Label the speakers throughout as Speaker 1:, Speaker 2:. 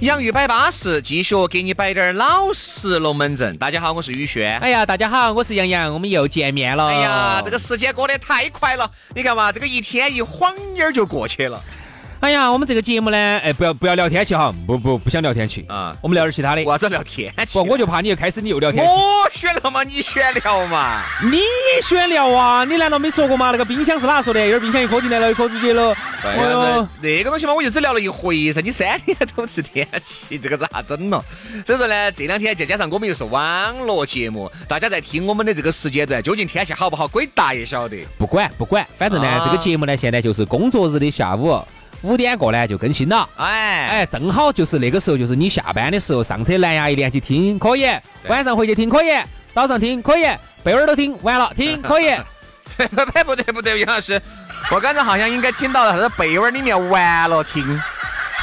Speaker 1: 洋芋摆巴适，继续给你摆点儿老实龙门阵。大家好，我是宇轩。
Speaker 2: 哎呀，大家好，我是杨洋，我们又见面了。
Speaker 1: 哎呀，这个，时间过得太快了，你看嘛，这个一天一晃眼儿就过去了。
Speaker 2: 哎呀，我们这个节目呢，哎，不要不要聊天气哈，不不不想聊天气
Speaker 1: 啊
Speaker 2: 我们聊点其他的。
Speaker 1: 我要子聊天气
Speaker 2: 不，
Speaker 1: 了？
Speaker 2: 我就怕你又开始你又聊天气。
Speaker 1: 我选了嘛，你选了嘛？
Speaker 2: 你也喜欢聊啊？你难道没说过吗？那个冰箱是哪说的？一会儿冰箱一颗进来了，一颗出去了。
Speaker 1: 对
Speaker 2: 哎
Speaker 1: 呀
Speaker 2: 呦，
Speaker 1: 是那个东西嘛，我就只聊了一回噻。你三天都是天气，这个咋整咯？所以说呢，这两天再加上我们又是网络节目，大家在听我们的这个时间段，究竟天气好不好，鬼大爷晓得。
Speaker 2: 不管不管，反正呢，
Speaker 1: 啊
Speaker 2: 这个节目呢，现在就是工作日的下午五点过呢就更新了。
Speaker 1: 哎
Speaker 2: 哎，正好就是那个时候，就是你下班的时候，上车蓝牙一连去听可以，
Speaker 1: 对
Speaker 2: 晚上回去听可以，早上听可以，被窝儿都听完了听可以。
Speaker 1: 哎，不对不对不对，杨老师，我刚才好像应该听到了啥子被窝里面完了听。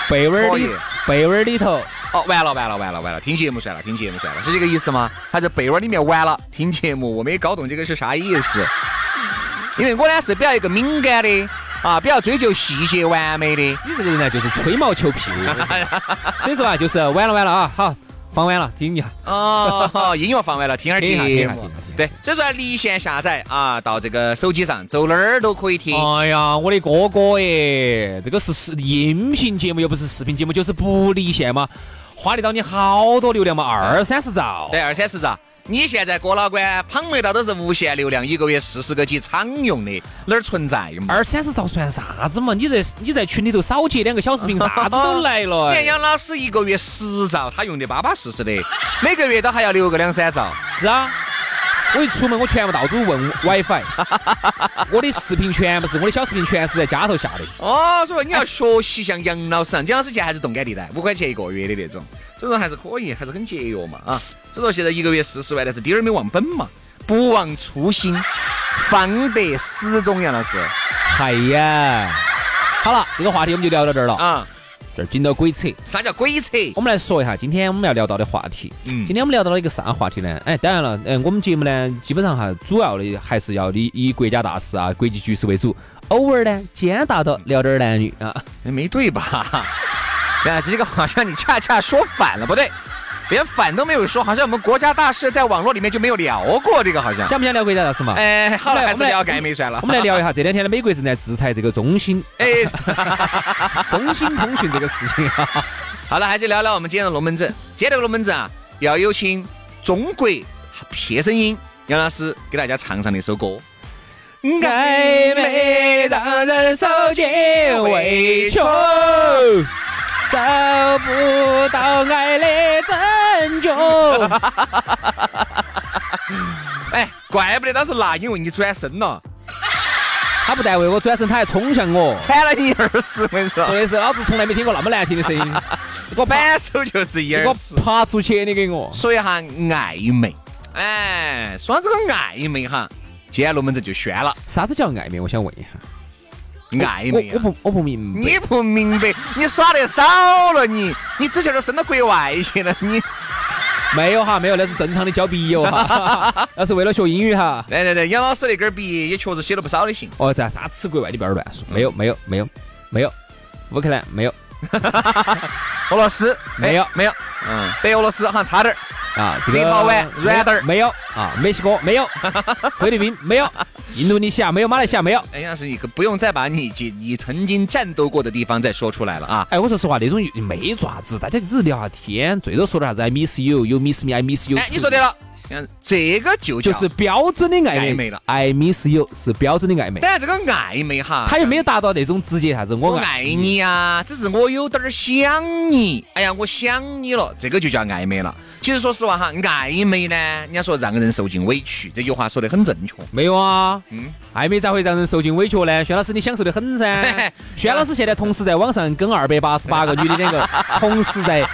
Speaker 2: 被窝儿
Speaker 1: 可以
Speaker 2: 里被窝儿里头，
Speaker 1: 哦，完了完了完了完了，听节目算了，听节目算了，是这个意思吗？还是被窝里面完了听节目？我没搞懂这个是啥意思。因为我呢是比较一个敏感的啊，比较追求细节完美的。
Speaker 2: 你这个人呢就是吹 毛求疵。所以说啊，就是完了完了啊，好放完了听一下。
Speaker 1: 哦， 音乐放完了，听点
Speaker 2: 听一下听一
Speaker 1: 节
Speaker 2: 下听
Speaker 1: 目
Speaker 2: 一下。
Speaker 1: 对，所以说离线下载啊，到这个手机上走哪儿都可以听。
Speaker 2: 哎呀，我的哥哥耶，这个是视音频节目，又不是视频节目，就是不离线嘛，花得到你好多流量嘛，二三十兆。
Speaker 1: 嗯对，二三十兆。你现在郭老倌捧没到都是无限流量，一个月四十个 G 常用的，哪儿存在嘛？
Speaker 2: 二三十兆算啥子嘛？你在你在群里头少截两个小视 频，啥子都来了。哎
Speaker 1: 你看 杨老师一个月十兆，他用的巴巴适适的，每个月都还要留个两三兆。
Speaker 2: 是啊，我一出门我全部到处问 WiFi，我的视频全部是我的小视频全是在家头下的。
Speaker 1: 哦，所以说你要学习像杨老师啊，杨老师现在还是动感地带，五块钱一个月的那种，所以说还是可以，还是很节约嘛啊。所以说现在一个月四十万，但是滴儿没忘本嘛，不忘初心，方得始终。杨老师
Speaker 2: 嗨呀，好了，这个话题我们就聊到这儿了，
Speaker 1: 啊，
Speaker 2: 这儿紧到鬼扯。
Speaker 1: 啥叫鬼扯？
Speaker 2: 我们来说一下今天我们要聊到的话题。
Speaker 1: 嗯
Speaker 2: 嗯，今天我们聊到了一个啥话题呢？哎，当然了，嗯，我们节目呢，基本上哈，主要的还是要以以国家大事啊、国际局势为主，偶尔呢兼大到聊点儿男女啊。
Speaker 1: 哎没对吧？ 杨老师，这个好像你恰恰说反了，不对，连反都没有说，好像我们国家大事在网络里面就没有聊过这个，好像。
Speaker 2: 想不想聊国家大事嘛？
Speaker 1: 哎，好了，还是聊
Speaker 2: 我们来
Speaker 1: 该美算了
Speaker 2: 我。们来聊一下这两天的美国正在制裁这个中兴
Speaker 1: 哎，
Speaker 2: 中兴通讯这个事情啊。
Speaker 1: 好了，还是聊聊我们今天的龙门阵。今天这个龙门阵啊，要有请中国撇声音杨老师给大家唱上那首歌。
Speaker 2: 暧昧让人受尽委屈，找不到爱的证据。
Speaker 1: 哎，怪不得当时那英为你转身了，
Speaker 2: 他不但为我转身，他还冲向我，
Speaker 1: 铲了你二十，我跟你说
Speaker 2: 说，的是老子从来没听过那么难听的声音， 给我
Speaker 1: 反手就是一
Speaker 2: 给
Speaker 1: 耳
Speaker 2: 我
Speaker 1: 屎。
Speaker 2: 爬出去，你给我。
Speaker 1: 说一下暧昧，哎，说这个暧昧哈，今天龙门阵就宣了，
Speaker 2: 啥子叫暧昧？我想问一下，
Speaker 1: 暧昧
Speaker 2: 我我
Speaker 1: 啊。
Speaker 2: 不我不明白。
Speaker 1: 你不明白，你耍得少了你，你之前都升到国外去了，你。
Speaker 2: 没有哈，没有，那是正常的交笔友 哈，那是为了学英语哈。
Speaker 1: 来来来，杨老师那根儿笔也确实写了不少的信。
Speaker 2: 哦，在啥吃国外？你不要乱说，没有，没有，没有，没有，乌克兰没有
Speaker 1: 俄罗斯
Speaker 2: 没有
Speaker 1: 哎没有，嗯，北俄罗斯好像差点儿。
Speaker 2: 啊，这个
Speaker 1: 立陶宛
Speaker 2: 没有
Speaker 1: 软蛋儿
Speaker 2: 没有啊，墨西哥没有， 菲律宾没有，印度尼西亚没有，马来西亚没有。
Speaker 1: 哎，杨老师，你可不用再把你你你曾经战斗过的地方再说出来了啊！
Speaker 2: 哎，我说实话，那种没爪子，大家只是聊下天，最多说点啥子 I miss you，you miss me，I miss you。
Speaker 1: 哎，你说对。了，嗯，这个就
Speaker 2: 就
Speaker 1: 叫
Speaker 2: 是标准的暧昧
Speaker 1: 暧昧了
Speaker 2: 暧昧是有，是标准的暧昧，
Speaker 1: 当然这个暧昧哈，
Speaker 2: 他又没有达到那种直接啥子我
Speaker 1: 我爱你呀、只是我有点儿想你。哎呀，我想你了，这个就叫暧昧了。其实说实话哈，暧昧呢，人家说让人受尽委屈，这句话说得很正确。
Speaker 2: 没有啊，
Speaker 1: 嗯。
Speaker 2: 暧昧咋会让人受尽委屈呢？轩老师，你享受得很噻轩老师现在同时在网上跟二百八十八个女的 两个同时在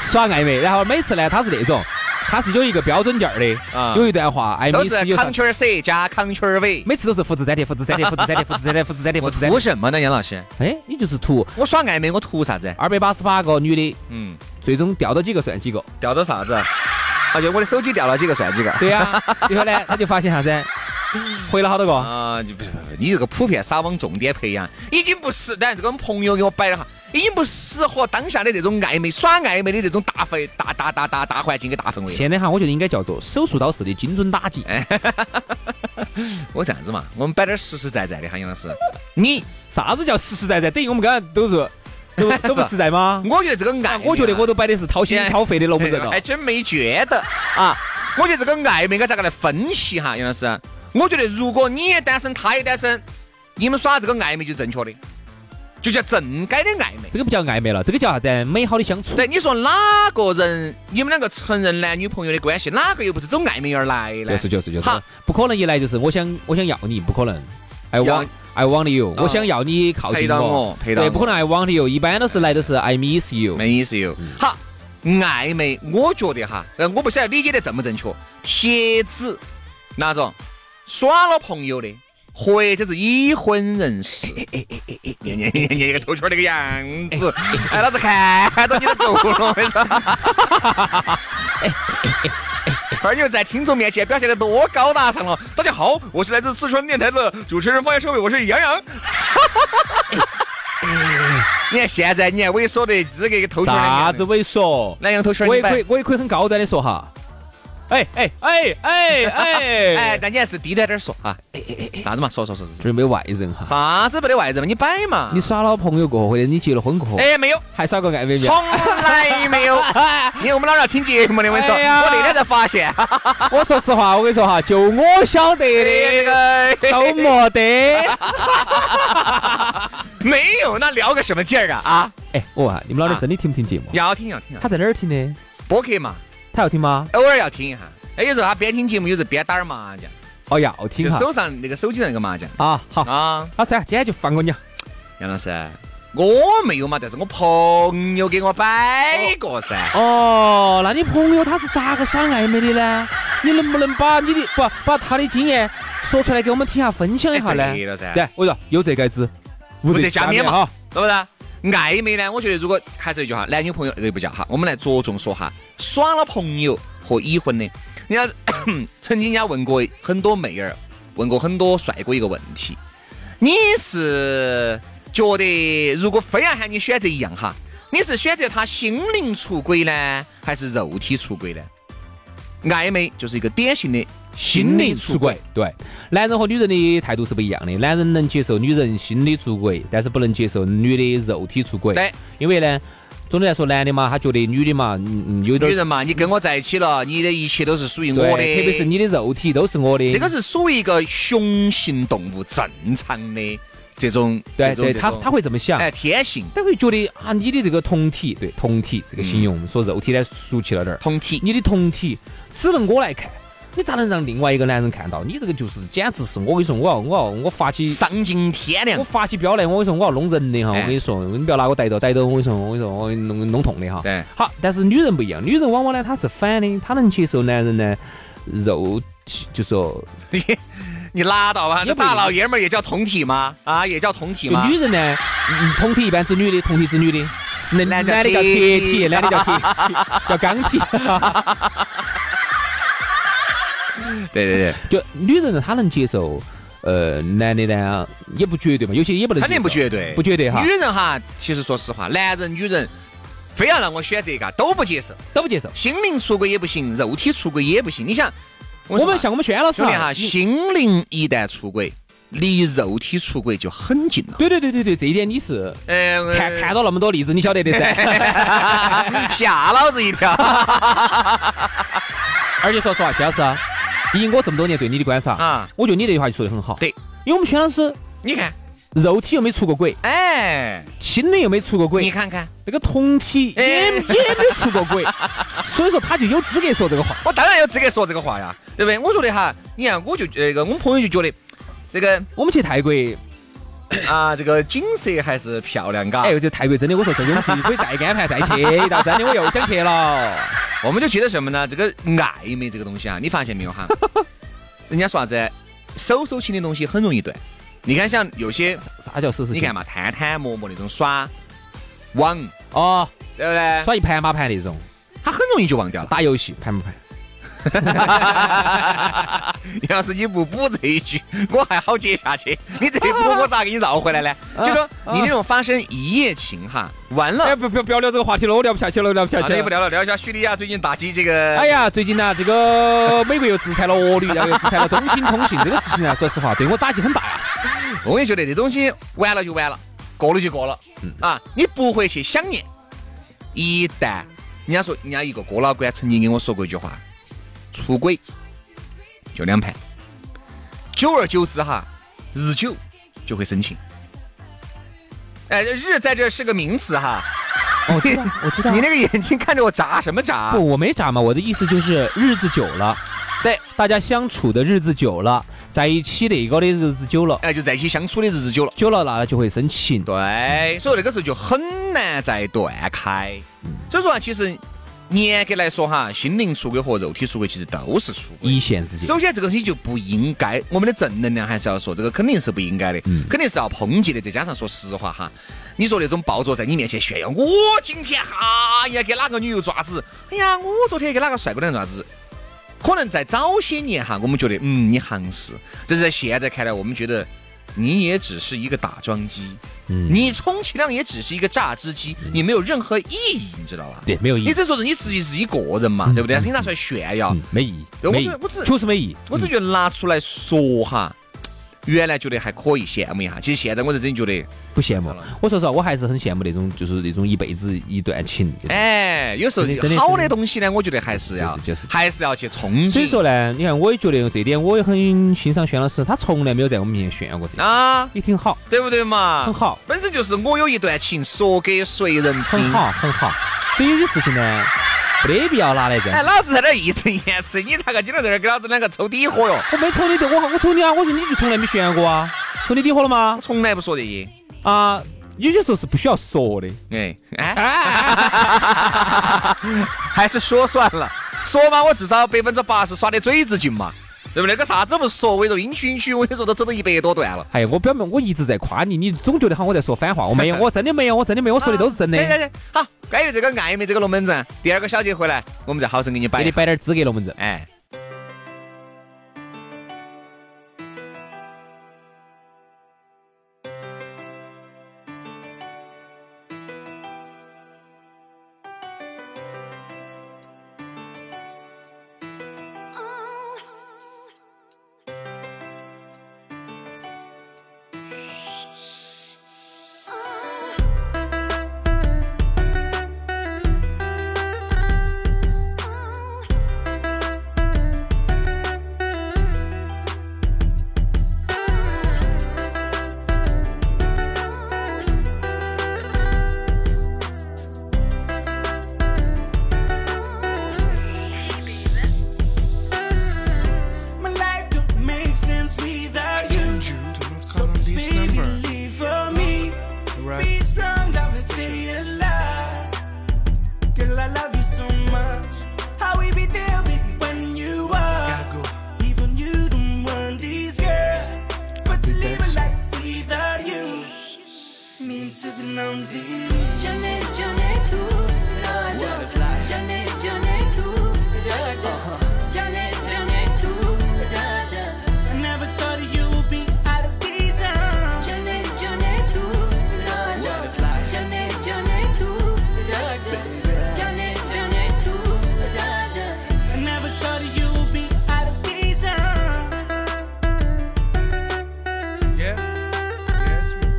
Speaker 2: 耍暧昧，然后每次呢，他是那种，他是有一个标准件儿的，
Speaker 1: 啊
Speaker 2: 有一段话，暧
Speaker 1: 都
Speaker 2: 昧
Speaker 1: 是
Speaker 2: 有啥
Speaker 1: c？圈 C 加 c 圈 V。
Speaker 2: 每次都是复制粘贴，复制粘贴，复制粘贴，复制粘贴，复制粘贴，
Speaker 1: 我
Speaker 2: 复制粘
Speaker 1: 图
Speaker 2: 贴。
Speaker 1: 什么呢，杨老师？
Speaker 2: 哎，你就是图
Speaker 1: 我耍暧昧，我图啥子？
Speaker 2: 二百八十八个女的，
Speaker 1: 嗯，
Speaker 2: 最终掉到几个算几个。
Speaker 1: 掉到 啥子？而且我的手机掉了几个算几个。
Speaker 2: 对 呀、最后呢，他就发现啥子？回了好多个？
Speaker 1: 啊，就不是不是，不是你这个普遍撒网重点培养，已经不是，当然这个我们朋友给我摆了哈，已经不适合当下的这种暧昧、耍暧昧的这种大氛、大大大大大环境跟大氛围。
Speaker 2: 现在哈，我觉得应该叫做手术刀式的精准打击。
Speaker 1: 我这样子嘛，我们摆点实实在在的哈，杨老师。你，？
Speaker 2: 啥子叫实实在在？等于我们刚刚都是都都不实在吗
Speaker 1: 我觉得这个暧昧啊，
Speaker 2: 我觉得我都摆的是掏
Speaker 1: 哎
Speaker 2: 心掏肺的龙门阵了
Speaker 1: 还。真没觉得啊。我觉得这个暧昧该咋个来分析哈，杨老师？我觉得如果你也单身，他也单身，你们耍这个暧昧就正确的，就叫正该的暧昧。
Speaker 2: 这个不叫暧昧了，这个叫啥子？美好的相处。
Speaker 1: 对，你说哪个人，你们两个成人男女朋友的关系，哪个又不是走暧昧而来呢？
Speaker 2: 就是就是就是
Speaker 1: 好，
Speaker 2: 不可能一来就是我想我想要你，不可能。I
Speaker 1: 要
Speaker 2: want I want you，、
Speaker 1: 啊
Speaker 2: 我想要你靠
Speaker 1: 陪
Speaker 2: 近
Speaker 1: 到
Speaker 2: 我
Speaker 1: 我，陪到
Speaker 2: 对，
Speaker 1: 我
Speaker 2: 不可能 I want you，一般都是来的是 I miss you。
Speaker 1: 没意思哟。好，暧昧，我觉得哈，呃，我不晓得理解得正不正确。贴纸那种耍了朋友的，或者是已婚人士，你你你你个头圈那个样子，哎，老子看到你都够了，我跟你说。而又在听众面前表现得多高大上了。大家好，我是来自四川电台的主持人方言社会，我是杨洋。你看现在，你看猥琐的这个一个头圈那个
Speaker 2: 啥
Speaker 1: 样
Speaker 2: 子猥琐？
Speaker 1: 南洋头圈
Speaker 2: 我
Speaker 1: 一
Speaker 2: 也可
Speaker 1: 百
Speaker 2: 以，，我也可以很高端的说哈。哎哎哎哎哎
Speaker 1: 哎，
Speaker 2: 哎，
Speaker 1: 但你还是低调点儿说啊。啥子嘛？说说说说
Speaker 2: 这儿没有外人哈。
Speaker 1: 啥子没得外人嘛？你摆嘛？
Speaker 2: 你耍了朋友过后，或者你结了婚过后，
Speaker 1: 哎，没有，
Speaker 2: 还耍个暧昧面
Speaker 1: 从？来没有。 你看我们老娘听节目的，我跟你说，
Speaker 2: 哎呀
Speaker 1: 我那天才发现，
Speaker 2: 我说实话，我跟你说哈，就我晓得
Speaker 1: 那
Speaker 2: 的
Speaker 1: 个
Speaker 2: 都没得。
Speaker 1: 没有，那聊个什么劲儿啊？啊，
Speaker 2: 哎，我问下你们老娘真的听不听节目？
Speaker 1: 要听要听，要听
Speaker 2: 啊他在哪儿听的？
Speaker 1: 播客嘛，
Speaker 2: 他要听吗？
Speaker 1: 偶尔要听一下。哎，有时候他边听节目，有时候边打点麻将，
Speaker 2: 哦，要
Speaker 1: 就
Speaker 2: 听哈。
Speaker 1: 手上那个手机上那个麻将
Speaker 2: 啊，好，
Speaker 1: 啊。
Speaker 2: 老师，今天就放过你啊。
Speaker 1: 杨老师，我没有嘛，但是我朋友给我摆过噻。
Speaker 2: 哦，那你朋友他是咋个耍暧昧的呢？你能不能把你的不把他的经验说出来给我们听下，分享一下呢
Speaker 1: 哎？对了噻
Speaker 2: 对，我说有这个子，无
Speaker 1: 无德加冕嘛
Speaker 2: 哈。
Speaker 1: 是不是？暧昧呢，我觉得如果还是那句话，男女朋友这个不叫哈，我们来着重说哈，耍了朋友和已婚的，人家 曾经人家问过很多妹儿，问过很多帅哥一个问题，你是觉得如果非要喊你选择一样哈，你是选择他心灵出轨呢，还是肉体出轨呢？暧昧就是一个典型的
Speaker 2: 心理出轨，对，男人和女人的态度是不一样的。男人能接受女人心理出轨，但是不能接受女的肉体出轨。
Speaker 1: 对，
Speaker 2: 因为呢，总的来说，男的嘛，他觉得女的嘛，嗯嗯，有点
Speaker 1: 女
Speaker 2: 儿
Speaker 1: 人嘛，你跟我在一起了，你的一切都是属于我
Speaker 2: 对，
Speaker 1: 的，
Speaker 2: 特别是你的肉体都是我的。
Speaker 1: 这个是属于一个雄性动物正常的这种，
Speaker 2: 对
Speaker 1: 这种
Speaker 2: 对，他
Speaker 1: 这种
Speaker 2: 他会这么想。
Speaker 1: 哎天性
Speaker 2: 他会觉得啊，你的这个同体，对同体这个形
Speaker 1: 嗯
Speaker 2: 容，说肉体呢俗气了点儿。
Speaker 1: 同体，
Speaker 2: 你的同体只能我来看，你咋能让另外一个男人看到？你这个就是简直是我跟你说，我要我要我发起
Speaker 1: 丧尽天良
Speaker 2: 我。发起飙来，我跟你说我要弄人的哈！我
Speaker 1: 哎
Speaker 2: 跟你说，你不要拿我逮到逮到，我跟你说我跟你说我给你弄弄痛的哈。
Speaker 1: 对，
Speaker 2: 好，但是女人不一样，女人往往呢她是反的，她能接受男人呢肉体，就说
Speaker 1: 你拉倒吧，
Speaker 2: 也
Speaker 1: 那
Speaker 2: 不一样
Speaker 1: 大老爷们儿也叫同体吗？啊，也叫同体
Speaker 2: 就
Speaker 1: 吗？
Speaker 2: 女人呢，嗯同体一般指女的，同体指女的。那
Speaker 1: 男的
Speaker 2: 男的
Speaker 1: 叫
Speaker 2: 叫
Speaker 1: 铁
Speaker 2: 铁体，男的叫铁体，叫钢体。
Speaker 1: 对对对，
Speaker 2: 就女人她能接受，呃，男的呢也不绝对嘛，有些也不能接受，
Speaker 1: 肯定不绝对，
Speaker 2: 不绝对哈
Speaker 1: 女，人哈，其实说实话，男人女人非要让我选择一个，都不接受，
Speaker 2: 都不接受。
Speaker 1: 心灵出轨也不行，肉体出轨也不行。你想，我
Speaker 2: 我
Speaker 1: 说
Speaker 2: 们
Speaker 1: 嘛
Speaker 2: 像我们轩老师
Speaker 1: 兄弟哈，
Speaker 2: 啊，你
Speaker 1: 心灵一旦出轨，离肉体出轨就很近了。
Speaker 2: 对对对对对，这一点你是
Speaker 1: 呃
Speaker 2: 看看到那么多例子，你晓得的噻。
Speaker 1: 吓老子一跳！
Speaker 2: 而且说实话，薛老师啊，以我这么多年对你的观察
Speaker 1: 啊
Speaker 2: 我觉得你这句话就说得很好。
Speaker 1: 对，
Speaker 2: 因为我们薛老师
Speaker 1: 你看，
Speaker 2: 肉体又没出过轨，
Speaker 1: 哎，
Speaker 2: 心灵又没出过轨，
Speaker 1: 你看看，
Speaker 2: 那个酮体
Speaker 1: 哎
Speaker 2: 也也没出过轨，所以说他就有资格说这个话。
Speaker 1: 我当然有资格说这个话呀，对不对？我觉得哈，你看，我就那个我们朋友就觉得这个
Speaker 2: 我们去泰国，
Speaker 1: 啊，这个景色还是漂亮嘎。
Speaker 2: 哎，这泰国真的，我说这个我们可以再安排再去一道，真的我又想去了。
Speaker 1: 我们就觉得什么呢？这个暧昧这个东西啊，你发现没有 哈？人家说啥子，手手亲的东西很容易断。你看，像有些
Speaker 2: 啥叫收拾？
Speaker 1: 你看嘛，探探、陌陌那种耍网，
Speaker 2: 哦，
Speaker 1: 对不对？
Speaker 2: 耍一盘马盘那种，
Speaker 1: 他很容易就忘掉了。
Speaker 2: 打游戏盘不盘？
Speaker 1: 要 是你不补这一句，我还好接下去。你这一补，我咋给你绕回来 呢？就说
Speaker 2: 嗯
Speaker 1: 你那种发生一夜情哈，完了，
Speaker 2: 哎，不不不要聊这个话题了，我聊不下去了，我哎聊不下
Speaker 1: 啊
Speaker 2: 去
Speaker 1: 那
Speaker 2: 了
Speaker 1: 就不。聊了，聊一下叙利亚最近打击这个。
Speaker 2: 哎呀，最近呢、这个美国又制裁了俄语，然后又制裁了中兴通讯，这个事情啊呢，说实话对我打击很大呀。
Speaker 1: 我也觉得这东西完了就完了，过了就过了，
Speaker 2: 嗯
Speaker 1: 啊，你不会去想念。一旦人家说，人家一个郭老倌曾经跟我说过一句话：出轨就两盘，久而久之哈，日久就会生情。哎，日在这是个名词哈。哦
Speaker 2: 我知 道，我知道
Speaker 1: 你那个眼睛看着我眨什么眨？
Speaker 2: 不，我没咋嘛，我的意思就是日子久了，
Speaker 1: 对，
Speaker 2: 大家相处的日子久了，在一起那个的日子久了，
Speaker 1: 哎，就在一起相处的日子久了，
Speaker 2: 久了那就会生情。
Speaker 1: 对，所以那个时候就很难再断开。所以说啊，其实严格来说哈，心灵出轨和肉体出轨其实都是出轨。
Speaker 2: 一线之间，
Speaker 1: 首先，这个东西就不应该，我们的正能量还是要说，这个肯定是不应该的，
Speaker 2: 嗯
Speaker 1: 肯定是要抨击的。再加上说实话哈，你说那种暴走在你面前炫耀，我今天哈哎呀给哪个女友爪子，哎呀，我昨天给哪个帅哥男爪子，可能在早些年哈，我们觉得嗯你行是，但是在现在看来，我们觉得你也只是一个打桩机，
Speaker 2: 嗯
Speaker 1: 你充其量也只是一个榨汁机，你没有任何意义，你知道吧？
Speaker 2: 对，没有意
Speaker 1: 你
Speaker 2: 义，
Speaker 1: 只说是你自己是一个人嘛，对不对？但是你拿出来炫耀
Speaker 2: 嗯，，没意义，
Speaker 1: 对我
Speaker 2: 没意
Speaker 1: 只
Speaker 2: 义
Speaker 1: 我只，
Speaker 2: 确实没意义。
Speaker 1: 我只觉得拿出来说哈，原来觉得还可以羡慕一下，其实现在我是真觉得，
Speaker 2: 嗯不羡慕，我说实话，我还是很羡慕那种，就是那种一辈子一段情。
Speaker 1: 哎，有时候
Speaker 2: 真的真的
Speaker 1: 好的东西呢，我觉得还是要
Speaker 2: 就是就是
Speaker 1: 还是要去憧憬。
Speaker 2: 所以说呢，你看，我也觉得这一点我也很欣赏轩老师，他从来没有在我们面前炫耀过这，
Speaker 1: 啊，
Speaker 2: 也挺好，
Speaker 1: 对不对嘛？
Speaker 2: 很好，
Speaker 1: 本身就是我有一段情说给谁人听。
Speaker 2: 很好，很好。所以有些事情呢，没得必要拿来这样
Speaker 1: 哎，。老子在这儿义正言辞，你咋个今天在这儿给老子两个抽底火哟？
Speaker 2: 我没瞅你的，我我瞅你啊，我说你就从来没炫耀过啊，瞅你底火了吗
Speaker 1: 我？从来不说这些。
Speaker 2: 啊，有些时候是不需要说的。
Speaker 1: 哎哎， 还是说算了，说嘛，我至少百分之八十耍的嘴子劲嘛，对不对？那个啥子都不说，我跟你说阴虚阴虚，我跟你说都走到一百多段了。
Speaker 2: 哎呀，我表妹，我一直在夸你，你总觉得好像我在说反话，我 没有，我真的没有，我真的没有，我说的都是真的
Speaker 1: 啊对。对对，哎好，关于这个暧昧这个龙门阵，第二个小节回来，我们再好生给你摆
Speaker 2: 给
Speaker 1: 一
Speaker 2: 你
Speaker 1: 下。
Speaker 2: 摆点资格龙门阵。
Speaker 1: 哎，
Speaker 3: My life don't make sense without you. So please baby, leave for me. Be strong, love and stay alive. Girl, I love you so much. How we be there with you when you are. Even you don't want these girls. But to live a life without you means to be lonely.
Speaker 4: jane jane tu raja jane jane tu raja jane jane tu raja
Speaker 3: I never thought you would be out of these arms.
Speaker 4: jane jane tu raja jane jane tu raja jane jane tu raja
Speaker 3: I never thought you would be out of these arms. Yeah, yeah, it's me.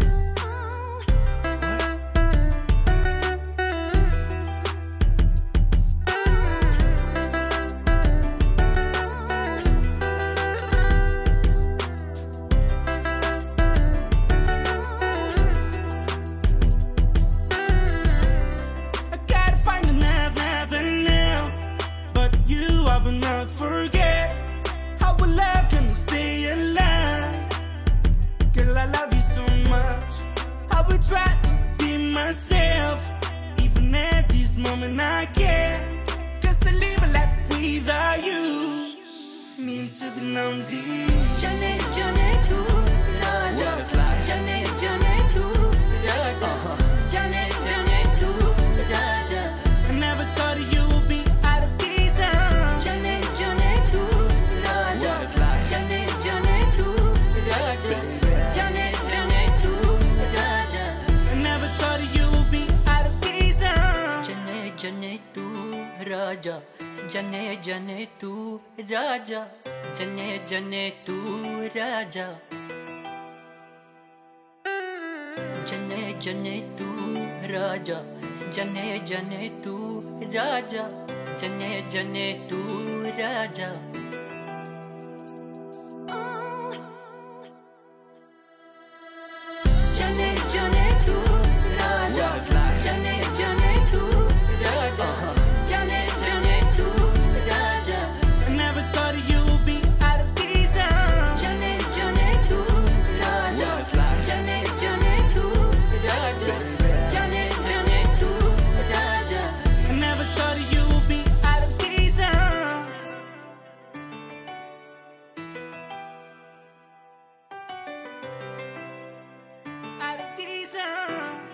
Speaker 3: moment I can't. Just to live a life without you means to be lonely.
Speaker 4: jane jane tu raja jane jane tu raja jane jane tu raja
Speaker 3: I never thought you would be out of these arms.
Speaker 4: jane jane tu raja jane jane tu raja jane jane tu raja
Speaker 3: I never thought you would be out of these arms.
Speaker 4: jane jane tu raja jane jane tu raja jane jane tu raja jane jane tu raja jane jane tu raja jane jane tu raja jane jane tu raja jane jane tu raja jane jane tu raja
Speaker 3: I never thought you would be out of these arms.
Speaker 4: jane jane tu raja jane jane tu raja jane jane tu raja
Speaker 3: I never thought you would be out of these arms. Out of these arms.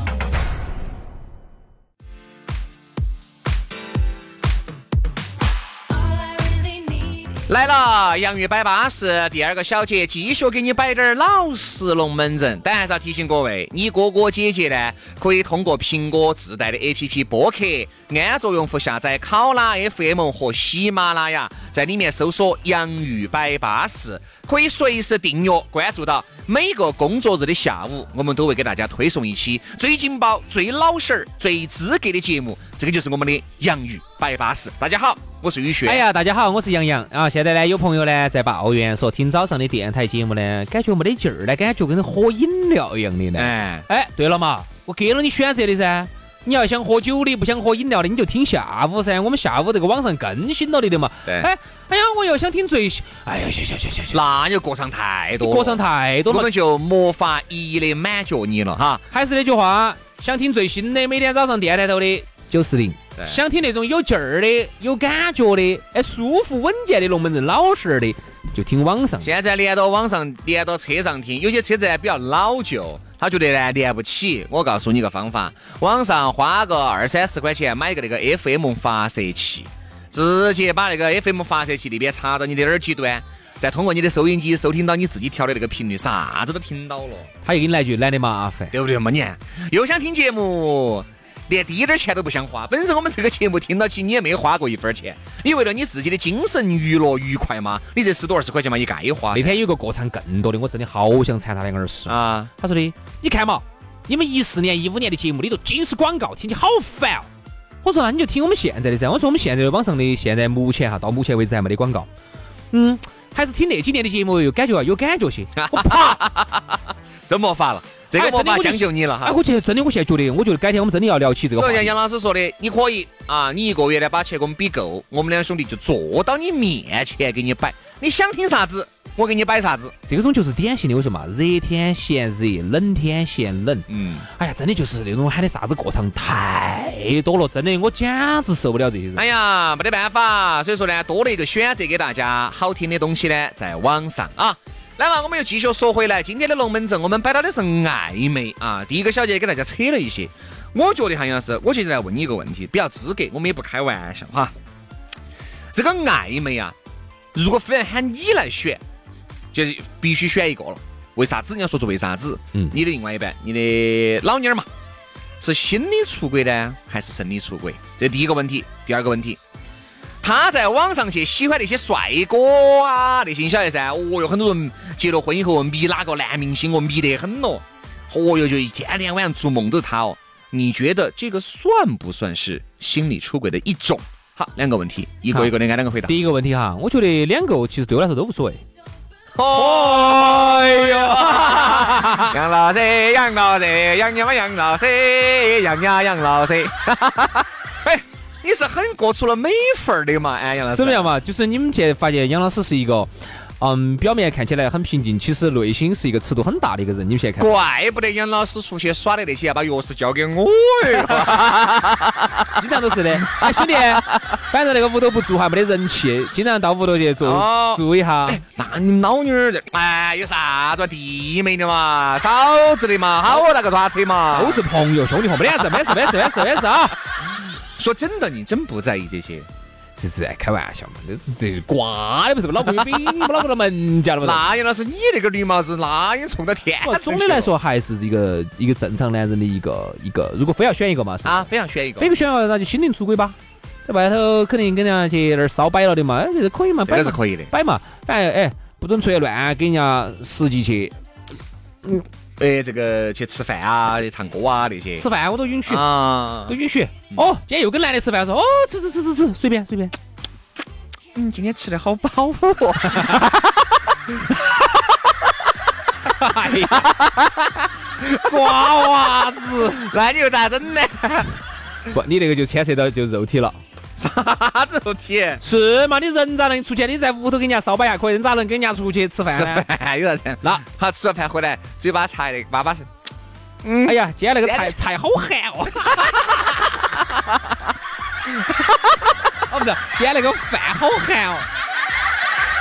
Speaker 1: 来了，洋芋摆巴士第二个小节，继续给你摆点儿老实龙门阵。但还是要提醒各位，你哥哥姐姐呢，可以通过苹果自带的 APP 播客，安卓用户下载考拉 FM 和喜马拉雅，在里面搜索“洋芋摆巴士”，可以随时订阅，关注到每个工作日的下午，我们都会给大家推送一期最劲爆、最老实儿、最资格的节目。这个就是我们的洋芋摆巴士。大家好，我是宇轩。
Speaker 2: 哎呀，大家好，我是杨洋啊。现在呢，有朋友呢在抱怨说，听早上的电台节目呢，感觉没得劲儿呢，感觉跟喝饮料一样的呢。
Speaker 1: 哎
Speaker 2: 哎，对了嘛，我给了你选择的噻。你要想喝酒的，不想喝饮料的，你就听下午噻。我们下午这个网上更新了的的嘛。
Speaker 1: 对
Speaker 2: 哎，哎呀，我要想听最，哎呀，行行行行行，
Speaker 1: 那就过场太多，
Speaker 2: 歌唱，太多
Speaker 1: 我
Speaker 2: 了嘛
Speaker 1: 们。就没法一一的满足你了哈。
Speaker 2: 还是那句话，想听最新的，每天早上电台头的九四零
Speaker 1: 对；
Speaker 2: 想听那种有劲儿的、有感觉的、哎舒服稳健的龙门阵、老实儿的，就听网上。
Speaker 1: 现在连到网上，连到车上听，有些车子呢比较老旧，他觉得呢连不起。我告诉你个方法，网上花个二三十块钱买一个那个 FM 发射器，直接把那个 FM 发射器那边插到你的耳机端，再通过你的收音机收听到你自己调的那个频率，啥子都听到了。
Speaker 2: 他又给你来句懒得麻烦，
Speaker 1: 对不对嘛？你看又想听节目，连滴点儿钱都不想花。本身我们这个节目听到起，你也没花过一分儿钱。你为了你自己的精神娱乐愉快嘛，你这十多二十块钱嘛，也该花
Speaker 2: 那天有个歌唱更多的，我真的好想缠他两个耳屎。
Speaker 1: 啊。
Speaker 2: 他说的，你看嘛，你们一四年、一五年的节目里头尽是广告，听起好烦哦。我说那你就听我们现在的噻。我说我们现在的网上的现在目前哈，到目前为止还没得广告。嗯，还是听那几年的节目，又感觉要啊有感觉 些。我
Speaker 1: 真没法了，这个
Speaker 2: 哎
Speaker 1: 没
Speaker 2: 真的
Speaker 1: 法
Speaker 2: 我就
Speaker 1: 将就你了
Speaker 2: 哎，
Speaker 1: 哈。
Speaker 2: 我觉得真的，我现在觉得，我觉得改天我们真的要聊起这个话
Speaker 1: 所以像
Speaker 2: 题。
Speaker 1: 杨老师说的，你可以啊，你一个月呢把钱给我们比够，我们两兄弟就坐到你面前给你摆，你想听啥子，我给你摆啥子。
Speaker 2: 这种就是典型的，我说嘛，热天嫌热，冷天嫌冷。
Speaker 1: 嗯，
Speaker 2: 哎呀，真的就是那种喊的啥子过场太多了，真的，我简直受不了这些人。
Speaker 1: 哎呀，没得办法，所以说呢，多了一个选择给大家，好听的东西呢，在网上啊。来嘛，我们又继续说回来，今天的龙门阵我们摆到的是暧昧啊。第一个小节给大家扯了一些，我觉得韩老师，我现在来问你一个问题，比较资格，我们也不开玩笑哈。这个暧昧啊，如果非然喊你来选，就是必须选一个了。为啥子？你要说出为啥子？
Speaker 2: 嗯
Speaker 1: 你的另外一半，你的老娘儿嘛，是心理出轨呢，还是生理出轨？这第一个问题。第二个问题，他在网上去喜欢那些帅哥啊，那些你晓得噻。哦哟，很多人结了婚以后迷哪个男明星哦，迷得很咯。哦哟，就一天天晚上做梦都是他哦。你觉得这个算不算是心理出轨的一种？好，两个问题，一个一个的按两个回答。
Speaker 2: 第一个问题哈，我觉得两个其实对我来说都无所谓。
Speaker 1: 哎呀，杨老师，杨老师，杨杨杨老师，杨呀杨老 师，哎，你是很过出了美份儿的嘛？哎，杨老师，
Speaker 2: 怎么样？嘛？就是你们现在发现杨老师是一个，嗯，表面看起来很平静，其实内心是一个尺度很大的一个人。你们现在 看，
Speaker 1: 怪不得杨老师出去耍的那些要把钥匙交给我哟。
Speaker 2: 经常都是的。哎，兄弟，反正那个屋头不住还没得人气，经常到屋头去
Speaker 1: 哦
Speaker 2: 住住一下。
Speaker 1: 那你们老妞儿的，哎，有啥子弟妹的嘛，嫂子的嘛，好大个抓车嘛。
Speaker 2: 哎都是朋友兄弟伙，没得啥子，没事没事没事没事 啊。
Speaker 1: 说真的，你真不在意这些。
Speaker 2: 这是在开玩笑嘛？这这瓜的不是老婆有病，老婆到门家了不是？
Speaker 1: 那杨老师，你那个绿帽子，那也冲到天
Speaker 2: 不，
Speaker 1: 上
Speaker 2: 总
Speaker 1: 去
Speaker 2: 的
Speaker 1: 了
Speaker 2: 来说还是一个一个正常男人的一个一个，如果非要选一个嘛，是吧
Speaker 1: 啊，非常选一个
Speaker 2: 非。要选一个那就心灵出轨吧，在外头肯定跟人家去那儿烧摆了的嘛，哎，这个可以嘛，
Speaker 1: 这
Speaker 2: 摆
Speaker 1: 个
Speaker 2: 嘛
Speaker 1: 是可以的。
Speaker 2: 摆嘛，反正哎，不准出去乱给人家实际去
Speaker 1: 哎，这个去吃饭啊，去唱歌啊那些。
Speaker 2: 吃饭，我都允许，
Speaker 1: 啊
Speaker 2: 都，允许。哦，今天又跟男的吃饭，说哦，吃吃吃吃吃，随便随便。
Speaker 1: 嗯，今天吃的好饱哦。
Speaker 2: 哎呀，瓜娃子，
Speaker 1: 那你又咋整呢？
Speaker 2: 不，你那个就牵涉到就肉体了。
Speaker 1: 啥子肉体？
Speaker 2: 是嘛？你人咋能出去？你在屋头给人家烧摆下啊可以，人咋能跟人家出去吃饭啊
Speaker 1: 吃
Speaker 2: 呢？
Speaker 1: 饭有啥子？
Speaker 2: 那
Speaker 1: 好，吃了饭回来，嘴巴擦的，粑粑是。
Speaker 2: 哎呀，今天那个菜菜好咸哦！ 哦，不是，今天那个饭好咸哦，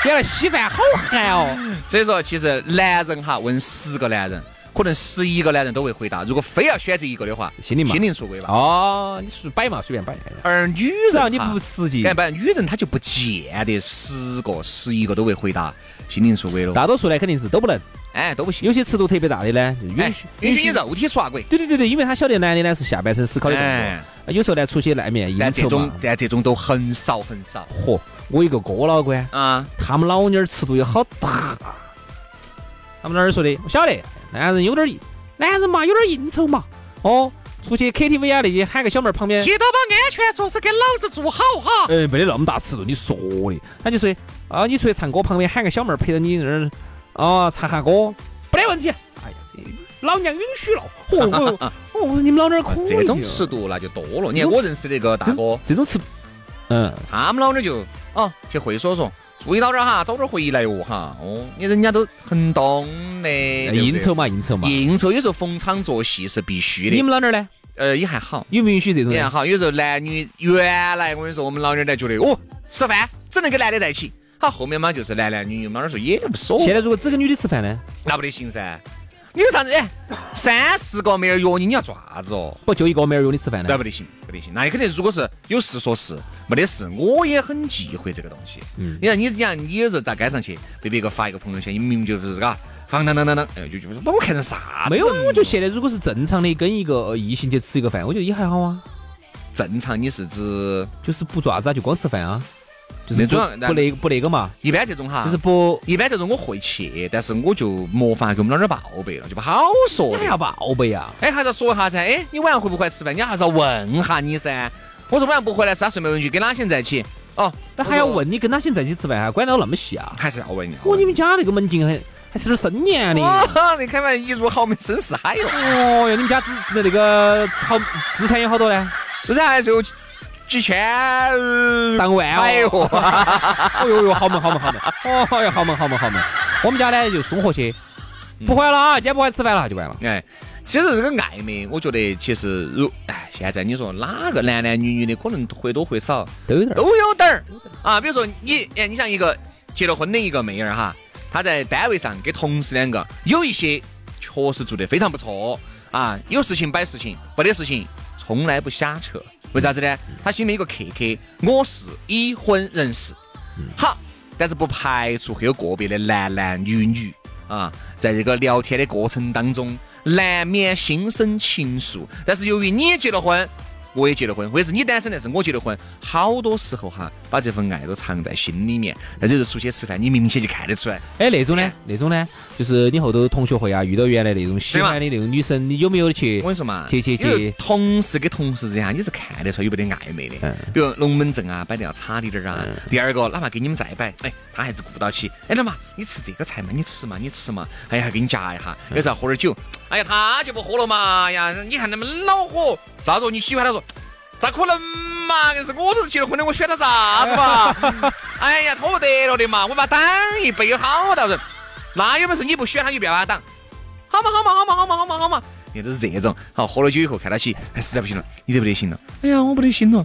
Speaker 2: 今天那稀饭好咸 哦。
Speaker 1: 所以说，其实男人哈，问十个男人，可能十一个男人都会回答。如果非要选择一个的话，
Speaker 2: 心灵嘛
Speaker 1: 心灵出轨吧。
Speaker 2: 哦，你是摆嘛，随便摆。
Speaker 1: 而女
Speaker 2: 只
Speaker 1: 人
Speaker 2: 要
Speaker 1: 哈，
Speaker 2: 你不实际，
Speaker 1: 哎，不然女人她就不见得十个、十一个都会回答心灵出轨了。
Speaker 2: 大多数呢肯定是都不能，
Speaker 1: 哎，都不行。
Speaker 2: 有些尺度特别大的呢，就
Speaker 1: 哎
Speaker 2: 允许
Speaker 1: 允许你。肉体出下轨。
Speaker 2: 对对对对，因为他晓得男的呢是下半身思考的动
Speaker 1: 哎
Speaker 2: 作，有时候呢出去外面应
Speaker 1: 但这
Speaker 2: 酬
Speaker 1: 种
Speaker 2: 嘛。
Speaker 1: 但这种都很少很少
Speaker 2: 嚯，我有个哥老倌。
Speaker 1: 啊。
Speaker 2: 他们老妞儿尺度有好大。他们那儿说的，我晓得，男人有点儿，男人嘛有点儿应酬嘛，哦，出去 KTV 啊那些喊个小妹儿旁边，
Speaker 1: 都把安全措施给老子做好哈！
Speaker 2: 哎，没得那么大尺度，你说的，他就说啊，你出去唱歌旁边喊个小妹儿陪着你那儿，啊，唱下歌，没得问题。哎呀，这老娘允许了，嚯、哦，我、哦、我说你们老娘儿可以、啊
Speaker 1: 这种尺，度那就多了。你看我认识的一个大
Speaker 2: 这
Speaker 1: 哥
Speaker 2: 种，这种尺，嗯，
Speaker 1: 他们老娘就啊去会所说，注意到点儿哈，早点回来哟哈。哦，你人家都很懂的，
Speaker 2: 哎应酬
Speaker 1: 嘛，
Speaker 2: 嘛，应酬嘛。
Speaker 1: 应酬有时候逢场作戏是必须
Speaker 2: 你
Speaker 1: 的。
Speaker 2: 们老娘儿呢，
Speaker 1: 呃，也还好，
Speaker 2: 允不允许这种
Speaker 1: 也
Speaker 2: 人
Speaker 1: 还？好。有时候男女原来我跟你说，我们老娘儿才觉得哦，吃饭只能跟男的在一起。好，后面嘛就是男男女女嘛，那时候也无所谓
Speaker 2: 现。在如果只跟女的吃饭呢，
Speaker 1: 那不得行噻。你有啥子？哎，三四个妹儿约你，你要做啥子哦？
Speaker 2: 不就一个妹儿约你吃饭呢
Speaker 1: 那？不得行，不得行。那你肯定，如果是有事说事，没得事，我也很忌讳这个东西。嗯，你看，你讲，你有时候在街上去被别个发一个朋友圈，你明明就是嘎，防当当当当，哎，就就把我看成啥子
Speaker 2: 没有啊
Speaker 1: 人，
Speaker 2: 我觉得现在如果是正常的跟一个呃异性去吃一个饭，我觉得也还好啊，
Speaker 1: 正常，你是指
Speaker 2: 就是不做啥子啊，就光吃饭啊，就是
Speaker 1: 那
Speaker 2: 不
Speaker 1: 种
Speaker 2: 不那个不那个嘛，
Speaker 1: 一般这种哈，
Speaker 2: 就是不
Speaker 1: 一般这种我会去，但是我就没法给我们老儿报备了，就不好说
Speaker 2: 还
Speaker 1: 的。
Speaker 2: 要报备啊。
Speaker 1: 哎，还是要说一下噻。哎，你晚上回不回来吃饭？人家还是要问下你噻。我说晚上不回来吃，他顺便问一句跟哪些人在一起？哦，
Speaker 2: 但还要问你跟哪些人在一起吃饭，还管得到那么细啊？
Speaker 1: 还是要问一下。
Speaker 2: 我你们家那个门禁还还是点森严的。哦
Speaker 1: 哇，你看嘛，一入豪门深似海哟，
Speaker 2: 哟，你们家资那那个好资产有好多呢？
Speaker 1: 这才还是啊有几千
Speaker 2: 上万
Speaker 1: 哎
Speaker 2: 哦！
Speaker 1: 呦，
Speaker 2: 哦哟哟，豪门豪门豪门！哦哟，豪门豪门豪门！我们家呢就生活去，
Speaker 1: 嗯
Speaker 2: 不回来了啊，今天不回来吃饭了就完了。
Speaker 1: 哎，其实这个暧昧，我觉得其实如哎，现在你说哪个男男女女的，可能或多或少
Speaker 2: 都有点儿
Speaker 1: 都有点儿啊。比如说你，哎，你像一个结了婚的一个妹儿哈，她在单位上跟同事两个有一些确实做得非常不错啊，有事情摆事情，没得事情从来不瞎扯。为啥子呢？她心里面有个 KK，我是已婚人士。好，但是不排除会有个别的男男女女啊，在这个聊天的过程当中，难免心生情愫。但是由于你也结了婚，我也结了婚，或者是你单身，但是我结了婚，好多时候哈，把这份爱都藏在心里面。那就是出去吃饭，你明显就看得出来。
Speaker 2: 哎，那种呢？那种呢？就是你后头同学会啊，遇到原来那种喜欢的那种女生，你有没有去？
Speaker 1: 我跟你说嘛，
Speaker 2: 去去
Speaker 1: 因为
Speaker 2: 去，
Speaker 1: 同事跟同事之间啊，你是看得出来有没得暧昧的。
Speaker 2: 嗯
Speaker 1: 比如龙门阵啊，摆的要差滴点儿啊。第二个，哪怕给你们再摆，哎，他还是顾到起。哎，老妈，你吃这个菜嘛，你吃嘛，你吃嘛。哎呀，给你夹一下，
Speaker 2: 嗯
Speaker 1: 有啥喝点儿酒。哎呀，他就不喝了嘛。哎呀，你看那么恼火，啥子？你喜欢他说，咋可能嘛？硬是我都是结了婚的，我选他啥子 嘛？哎呀，拖不得了的嘛，我把他挡一杯好到人。那有本事你不选他，你就不要把他挡。好嘛好嘛好嘛好嘛好嘛好嘛，你都是这种，好喝了酒以后看到起，哎实在不行了，你得不得行了，哎呀我不得行了，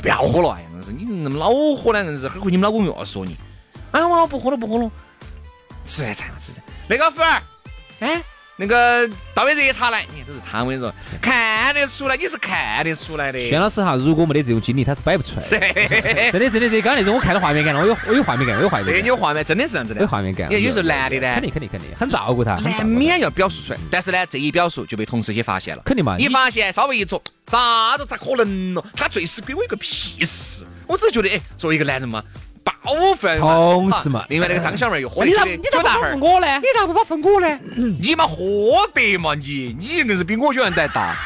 Speaker 1: 不要喝了，哎呀真是你那么恼火呢，真是，很快你们老公又要说你，哎我不喝了不喝了，吃饭吃饭吃饭，那个福儿，哎那个倒杯热茶来，你看都是他，我跟你说，看得出来你是看得出来的，
Speaker 2: 轩老师哈，如果没得这种经历，他是摆不出来的。
Speaker 1: 这
Speaker 2: 真的真的，这刚才那种我看到画面感了，我有我有画面感，我有画 面
Speaker 1: 这
Speaker 2: 感，
Speaker 1: 哎有画面真的是这样子的，
Speaker 2: 有画面感。
Speaker 1: 你看有时候男的呢
Speaker 2: 肯定肯定肯定很照顾他，很照顾他
Speaker 1: 难免要表述出来，但是呢，这一表述就被同事些发现了，
Speaker 2: 肯定嘛
Speaker 1: 一
Speaker 2: 啊你
Speaker 1: 发现稍微一琢，咋子咋可能咯？他最是归我一个屁事！我只是觉得，哎，作为一个男人嘛，包分嘛
Speaker 2: 同事嘛
Speaker 1: 啊另外那个张小妹又喝
Speaker 2: 哎
Speaker 1: 得
Speaker 2: 你
Speaker 1: 酒的酒
Speaker 2: 咋你咋不
Speaker 1: 大
Speaker 2: 保
Speaker 1: 份儿嗯
Speaker 2: 护，我呢？你咋不保护我呢？
Speaker 1: 你妈喝得嘛你？你硬是比我酒量还大。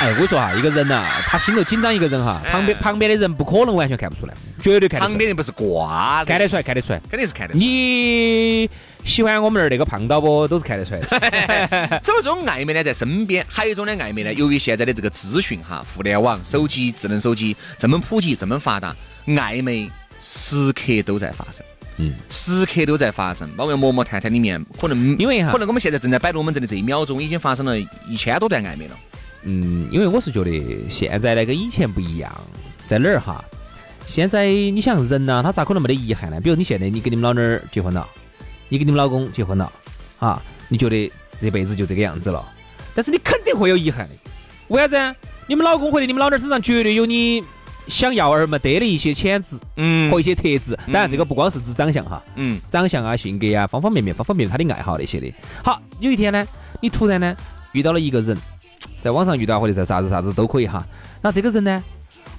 Speaker 2: 哎，我说哈，一个人呐、他心头紧张，一个人哈，
Speaker 1: 哎
Speaker 2: 旁边旁边的人不可能完全看不出来，绝对看得
Speaker 1: 旁
Speaker 2: 出来，
Speaker 1: 边人不是挂的，
Speaker 2: 看得出来，看得出来。
Speaker 1: 肯定是看得出来。
Speaker 2: 你喜欢我们那儿那个胖导不？都是看得出来的。
Speaker 1: 只不过这种暧昧呢，在身边；还有一种呢，暧昧呢，由于现在的这个资讯哈，互联网、手机、智能手机这么普及、这么发达，暧昧时刻都在发生。嗯，时刻都在发生，包括《磨磨探探》里面，可能
Speaker 2: 因为哈
Speaker 1: 可能我们现在正在摆龙门阵的这一秒钟，已经发生了一千多段暧昧了。
Speaker 2: 嗯，因为我是觉得现在呢跟以前不一样，在哪儿哈？现在你想人呐、他咋可能没得遗憾呢？比如你现在你跟你们老娘儿结婚了，你跟你们老公结婚了，啊，你觉得这辈子就这个样子了，但是你肯定会有遗憾的。为啥子啊？你们老公或者你们老娘儿身上绝对有你想要而没得的一些潜质
Speaker 1: 嗯
Speaker 2: 和一些特质。当然，这个不光是指长相哈，
Speaker 1: 嗯，
Speaker 2: 长相啊、性格啊，方方面面、方方面面他的爱好那些的。好，有一天呢，你突然呢遇到了一个人，在网上遇到或者在啥子啥子都可以哈。那这个人呢，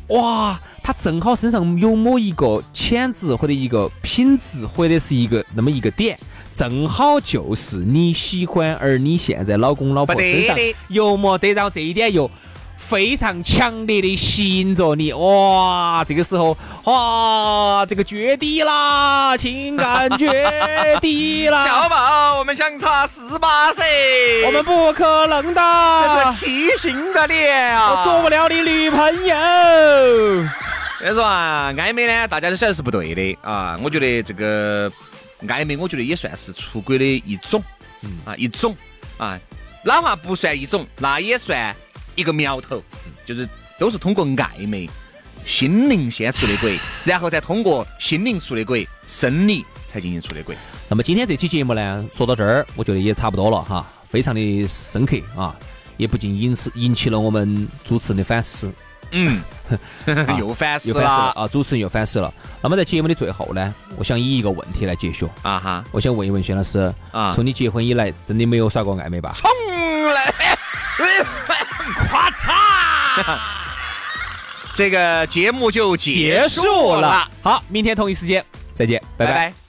Speaker 2: 哇，他正好身上有某一个潜质或者一个品质或者是一个那么一个点，正好就是你喜欢，而你现在老公老婆
Speaker 1: 不得
Speaker 2: 身上
Speaker 1: 的
Speaker 2: 又没得，然后这一点又。非常强烈的吸引着你，哇！这个时候，哇，这个绝堤啦，情感绝堤 啦
Speaker 1: 小，宝，我们相差十八岁，
Speaker 2: 我们不可能的，
Speaker 1: 这是畸形的恋啊！
Speaker 2: 我做不了你女朋友。
Speaker 1: 所以说啊，暧昧呢，大家都晓得是不对的啊。我觉得这个暧昧，我觉得也算是出轨的一种，
Speaker 2: 嗯
Speaker 1: 啊，一种啊，哪怕不算一种，那也算一个苗头，就是都是通过暧昧，心灵先出的轨，然后再通过心灵出的轨，生理才进行出的轨。
Speaker 2: 那么今天这期节目呢，说到这儿，我觉得也差不多了哈，非常的深刻啊，也不禁引是引起了我们主持人的反思。
Speaker 1: 嗯， 又反思
Speaker 2: 又反思了
Speaker 1: 了
Speaker 2: 啊！主持人又反思了。那么在节目的最后呢，我想以一个问题来结束，
Speaker 1: 啊哈，
Speaker 2: 我想问一问薛老师
Speaker 1: 啊
Speaker 2: 从你结婚以来，真的没有耍过暧昧吧？
Speaker 1: 冲来，咔嚓，这个节目就结束了。
Speaker 2: 好，明天同一时间再见，拜
Speaker 1: 拜
Speaker 2: 拜
Speaker 1: 拜